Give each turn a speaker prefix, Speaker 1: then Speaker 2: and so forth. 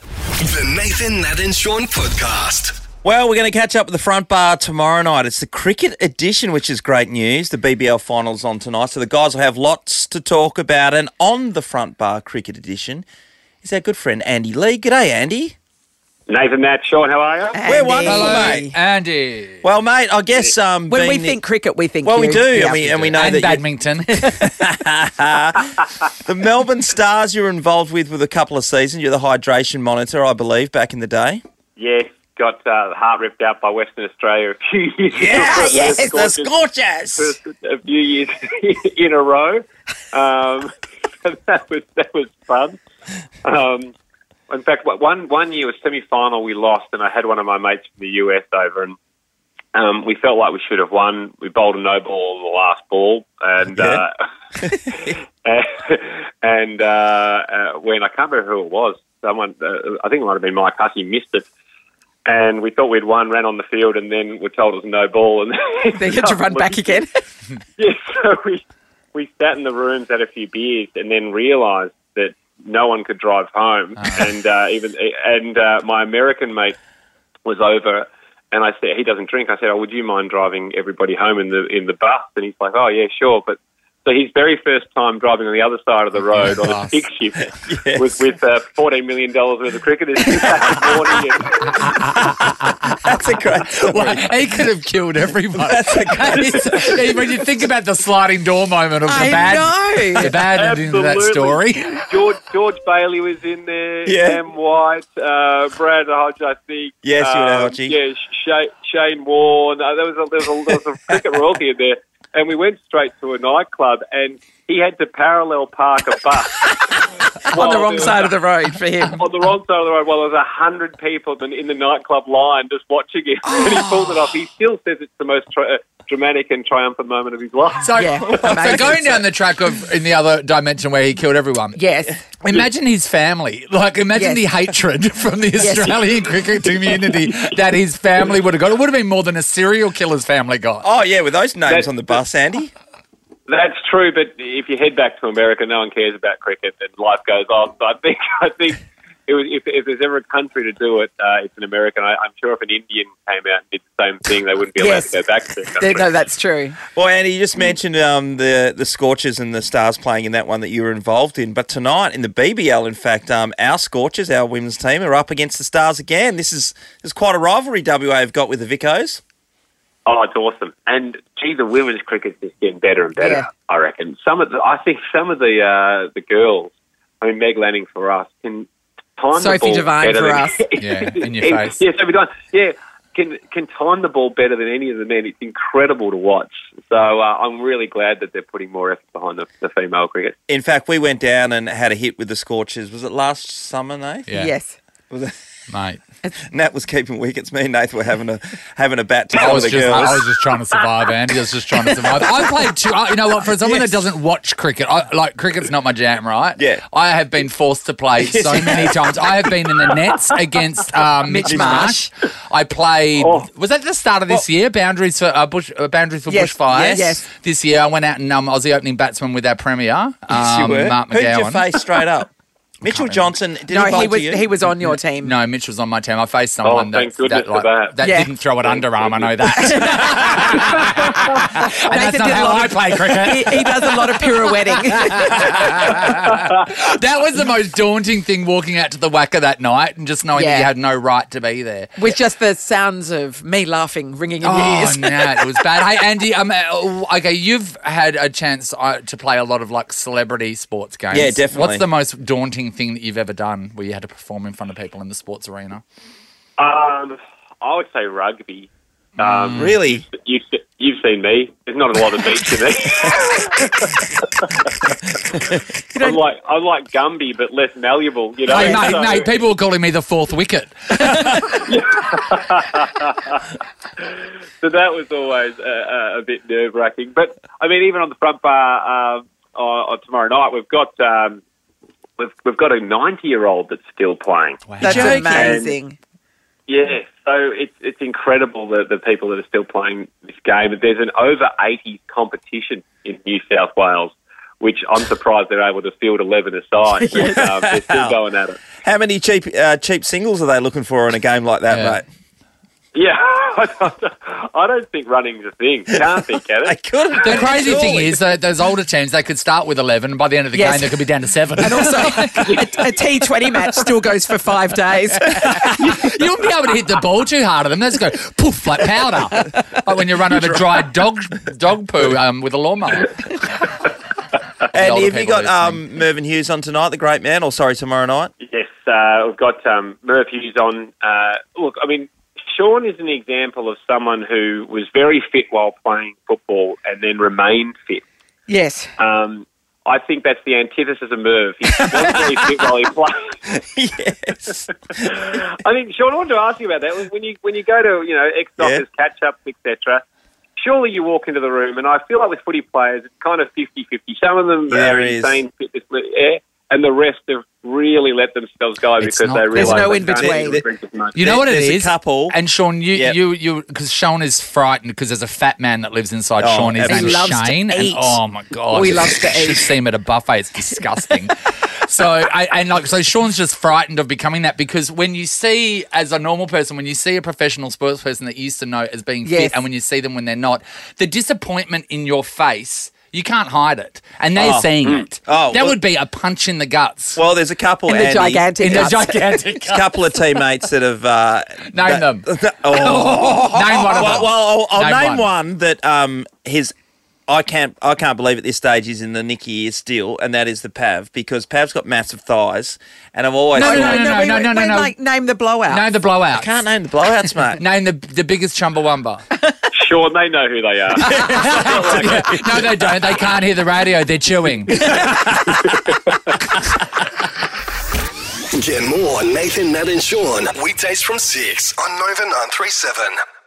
Speaker 1: The Nathan, Nat, and Sean podcast.
Speaker 2: Well, we're going to catch up with the front bar tomorrow night. It's the cricket edition, which is great news. The BBL finals on tonight, so the guys will have lots to talk about. And on the front bar cricket edition is our good friend Andy Lee. G'day, Andy.
Speaker 3: Nathan, Nat, Sean, how are you?
Speaker 2: We're wonderful, mate.
Speaker 4: Andy.
Speaker 2: Well, mate, I guess um,
Speaker 5: When we
Speaker 2: being the-
Speaker 5: think cricket, we think
Speaker 2: well, we
Speaker 5: you.
Speaker 2: do,
Speaker 5: Yeah.
Speaker 2: and we and we know
Speaker 4: and
Speaker 2: that you-
Speaker 4: badminton.
Speaker 2: the Melbourne Stars you're involved with with a couple of seasons. You're the hydration monitor, I believe, back in the day.
Speaker 3: Yeah, got uh, heart ripped out by Western Australia a few years
Speaker 5: Ah,
Speaker 3: ago. Scorches
Speaker 2: scorchers.
Speaker 3: for A few years in a row. Um, that was that was fun. Um, in fact, one one year was semi final we lost, and I had one of my mates from the US over, and um, we felt like we should have won. We bowled a no ball on the last ball, and uh, and uh, uh, when I can't remember who it was, someone uh, I think it might have been Mike Hussey missed it. And we thought we'd won, ran on the field, and then were told it was no ball. And
Speaker 5: They had to run back again.
Speaker 3: yeah, so we we sat in the rooms, had a few beers, and then realised that no one could drive home. And uh, even and uh, my American mate was over, and I said he doesn't drink. I said, "Oh, would you mind driving everybody home in the in the bus?" And he's like, "Oh yeah, sure." But so his very first time driving on the other side of the road on a
Speaker 4: Bus.
Speaker 3: stick shift was with uh, fourteen million dollars worth of cricketers that morning. And,
Speaker 2: That's a great story.
Speaker 4: he could have killed everyone. when you think about the sliding door moment of the
Speaker 5: I
Speaker 4: bad,
Speaker 5: know.
Speaker 4: the bad ending to that
Speaker 3: Absolutely.
Speaker 4: story.
Speaker 3: George George Bailey was in there.
Speaker 2: Yeah.
Speaker 3: Cam White, uh, Brad Hodge, I think.
Speaker 2: Yes, you had
Speaker 3: Um,
Speaker 2: Hodgie.
Speaker 3: Yeah, Shane, Shane Warne. Uh, there was a, there was a, there was a cricket royalty in there, and we went straight to a nightclub, and he had to parallel park a bus
Speaker 5: On the wrong side of the road for him.
Speaker 3: on the wrong side of the road while there was a hundred people in in the nightclub line just watching it, and he pulled it off. He still says it's the most tri- uh, dramatic and triumphant moment of his life.
Speaker 4: So,
Speaker 5: Yeah,
Speaker 4: so
Speaker 5: amazing.
Speaker 4: going down the track of in the other dimension where he killed everyone.
Speaker 5: Yes.
Speaker 4: Imagine his family. Like,
Speaker 5: Yes.
Speaker 4: imagine the hatred from the
Speaker 5: Yes.
Speaker 4: Australian cricket community that his family would have got. It would have been more than a serial killer's family got.
Speaker 2: Oh yeah, with those names
Speaker 3: That's-
Speaker 2: on the bus, Andy.
Speaker 3: That's true, but if you head back to America, no one cares about cricket, and life goes on. So I think I think it was, if, if there's ever a country to do it, uh, it's an American. I, I'm sure if an Indian came out and did the same thing, they wouldn't be allowed
Speaker 5: Yes.
Speaker 3: to go back to their country.
Speaker 5: There- No, that's true.
Speaker 2: Well, Andy, you just mentioned um, the the Scorchers and the Stars playing in that one that you were involved in, but tonight in the BBL, in fact, um, our Scorchers, our women's team, are up against the Stars again. This is this is quite a rivalry WA have got with the Vicos.
Speaker 3: Oh, it's awesome! And gee, the women's cricket's just getting better and better.
Speaker 5: Yeah.
Speaker 3: I reckon some of the, I think some of the uh, the girls. I mean, Meg Lanning for us can time
Speaker 5: Sophie
Speaker 3: the ball
Speaker 5: Devine
Speaker 3: better
Speaker 5: for
Speaker 3: than-
Speaker 5: us.
Speaker 4: Yeah, in your
Speaker 3: Yeah,
Speaker 4: face.
Speaker 3: Yeah, Sophie Devine. Yeah, can can time the ball better than any of the men. It's incredible to watch. So uh, I'm really glad that they're putting more effort behind the, the female cricket.
Speaker 2: In fact, we went down and had a hit with the Scorchers. Was it last summer, Nate?
Speaker 4: Yeah,
Speaker 5: Yes.
Speaker 2: Was it-
Speaker 4: mate.
Speaker 2: Nat was keeping wickets. Me and Nath were having a having a bat
Speaker 4: I
Speaker 2: time with
Speaker 4: was
Speaker 2: the
Speaker 4: just, I was
Speaker 2: girls.
Speaker 4: just trying to survive, Andy. I was just trying to survive. I played two. I, you know what? For someone that doesn't watch cricket, I, like cricket's not my jam, right?
Speaker 2: Yeah.
Speaker 4: I have been forced to play so many times. I have been in the nets against um, Mitch
Speaker 5: Mitch
Speaker 4: Marsh. I played.
Speaker 2: Oh.
Speaker 4: Was that the start of this year? Boundaries for uh, bush. Uh, boundaries for
Speaker 5: Yes,
Speaker 4: bushfires.
Speaker 5: yes, yes.
Speaker 4: This year, I went out and um, I was the opening batsman with our premier, um,
Speaker 2: Yes, you were.
Speaker 4: Mark
Speaker 2: Who did you
Speaker 4: McGowan.
Speaker 2: face straight up? Mitchell Johnson. Did
Speaker 5: No,
Speaker 2: he, bowl
Speaker 5: he
Speaker 2: to
Speaker 5: was
Speaker 2: you?
Speaker 5: he was on your team.
Speaker 4: No, Mitch was on my team. I faced someone
Speaker 3: Oh,
Speaker 4: that,
Speaker 3: thank goodness
Speaker 4: that,
Speaker 3: for
Speaker 4: like,
Speaker 3: that.
Speaker 4: that
Speaker 5: Yeah.
Speaker 4: didn't throw an underarm. I know that. and that's
Speaker 5: Nathan
Speaker 4: not
Speaker 5: did a
Speaker 4: how
Speaker 5: lot
Speaker 4: I
Speaker 5: of-
Speaker 4: play cricket.
Speaker 5: He, he does a lot of pirouetting.
Speaker 4: that was the most daunting thing walking out to the Wacker that night and just knowing that
Speaker 5: Yeah.
Speaker 4: you had no right to be there.
Speaker 5: with just the sounds of me laughing ringing in your
Speaker 4: Oh
Speaker 5: ears.
Speaker 4: no, it was bad. Hey Andy, um, uh, okay, you've had a chance uh, to play a lot of like celebrity sports games.
Speaker 2: Yeah, definitely.
Speaker 4: What's the most daunting thing that you've ever done where you had to perform in front of people in the sports arena?
Speaker 3: Um, I would say rugby. Um,
Speaker 2: Mm. really.
Speaker 3: You've, se- you've seen me. There's not a lot of beats in me. I'm like I'm like Gumby, but less malleable. You know,
Speaker 4: Hey, mate,
Speaker 3: Oh, So-
Speaker 4: mate, people were calling me the fourth wicket.
Speaker 3: so that was always uh, uh, a bit nerve wracking. But I mean, even on the front bar um, on, on tomorrow night, we've got um, we've we've got a ninety year old that's still playing.
Speaker 5: That's
Speaker 2: Joking.
Speaker 5: amazing.
Speaker 3: Yeah, so it's it's incredible the the people that are still playing this game. There's an over 80s competition in New South Wales which I'm surprised they're able to field 11 aside. But, um, they're still going at it.
Speaker 2: How many cheap uh, cheap singles are they looking for in a game like that,
Speaker 4: Yeah.
Speaker 2: mate?
Speaker 3: Yeah, I don't- I don't think running's a thing. Can't be, can
Speaker 2: They
Speaker 3: it?
Speaker 2: couldn't.
Speaker 4: The crazy thing
Speaker 2: surely.
Speaker 4: is that those older teams they could start with eleven, and by the end of the
Speaker 5: Yes.
Speaker 4: game they could be down to seven.
Speaker 5: And also, a, a T20 match still goes for five days.
Speaker 4: you wouldn't be able to hit the ball too hard at them. They just go poof like powder, like when you run over dried dog dog poo um, with a lawnmower.
Speaker 2: And have
Speaker 4: older
Speaker 2: you
Speaker 4: people
Speaker 2: got
Speaker 4: listening.
Speaker 2: um, Mervyn Hughes on tonight, the great man, or sorry, tomorrow night?
Speaker 3: Yes, uh, we've got um, Merv Hughes on. Uh, look, I mean, Sean is an example of someone who was very fit while playing football and then remained fit.
Speaker 5: Yes.
Speaker 3: Um, I think that's the antithesis of Merv. He was very fit while he played.
Speaker 2: yes.
Speaker 3: I think, Sean, I wanted to ask you about that. When you when you go to you know ex doctors catch ups, etc. Surely you walk into the room, and I feel like with footy players, it's kind of 50-50. Some of them
Speaker 2: Yeah,
Speaker 3: are
Speaker 2: it is.
Speaker 3: insane fitness, yeah, and the rest have really let themselves go
Speaker 4: It's
Speaker 3: because
Speaker 4: not-
Speaker 3: they
Speaker 4: There's
Speaker 3: realize
Speaker 5: no
Speaker 3: they
Speaker 5: in
Speaker 3: can't
Speaker 5: between.
Speaker 3: really drink as much.
Speaker 4: You know
Speaker 2: There-
Speaker 4: what it is,
Speaker 2: there's a couple.
Speaker 4: And Sean, you
Speaker 2: Yep.
Speaker 4: you you because Sean is frightened because there's a fat man that lives inside
Speaker 2: Oh,
Speaker 4: Sean. His
Speaker 2: absolutely.
Speaker 4: name's
Speaker 5: He loves to
Speaker 4: Shane. And,
Speaker 5: eat.
Speaker 4: oh my god,
Speaker 5: Oh, he loves to
Speaker 4: You should
Speaker 5: eat.
Speaker 4: see him at a buffet. It's disgusting. so I, and like so Sean's just frightened of becoming that because when you see as a normal person when you see a professional sports person that you used to know as being
Speaker 5: Yes.
Speaker 4: fit and when you see them when they're not, the disappointment in your face. You can't hide it, and they're
Speaker 2: Oh.
Speaker 4: seeing it.
Speaker 2: Oh,
Speaker 4: that
Speaker 2: well-
Speaker 4: would be a punch in the guts.
Speaker 2: Well, there's a couple.
Speaker 5: In the
Speaker 2: Andy.
Speaker 5: gigantic.
Speaker 4: in the
Speaker 5: nuts.
Speaker 4: gigantic.
Speaker 2: A couple of teammates that have uh, name
Speaker 4: them.
Speaker 2: oh.
Speaker 4: Name one of
Speaker 2: well,
Speaker 4: them.
Speaker 2: well, I'll, I'll
Speaker 4: Name
Speaker 2: name,
Speaker 4: one.
Speaker 2: one. that um his. I can't. I can't believe at this stage he's in the Nicky ear still, and that is the Pav because Pav's got massive thighs, and I've always
Speaker 4: Oh, No,
Speaker 5: No,
Speaker 2: thought-
Speaker 5: no, no, no,
Speaker 4: no, no, no,
Speaker 5: we- we,
Speaker 4: no.
Speaker 5: Like, name the blowout.
Speaker 4: no, the blowout.
Speaker 2: can't name the blowouts, mate.
Speaker 4: Name the the biggest Chumbawamba.
Speaker 3: Sean, they know who they are.
Speaker 4: no, they don't. They can't hear the radio. They're chewing.
Speaker 1: Get more Nathan, Nat, and Sean weekdays from 6 on Nova 937.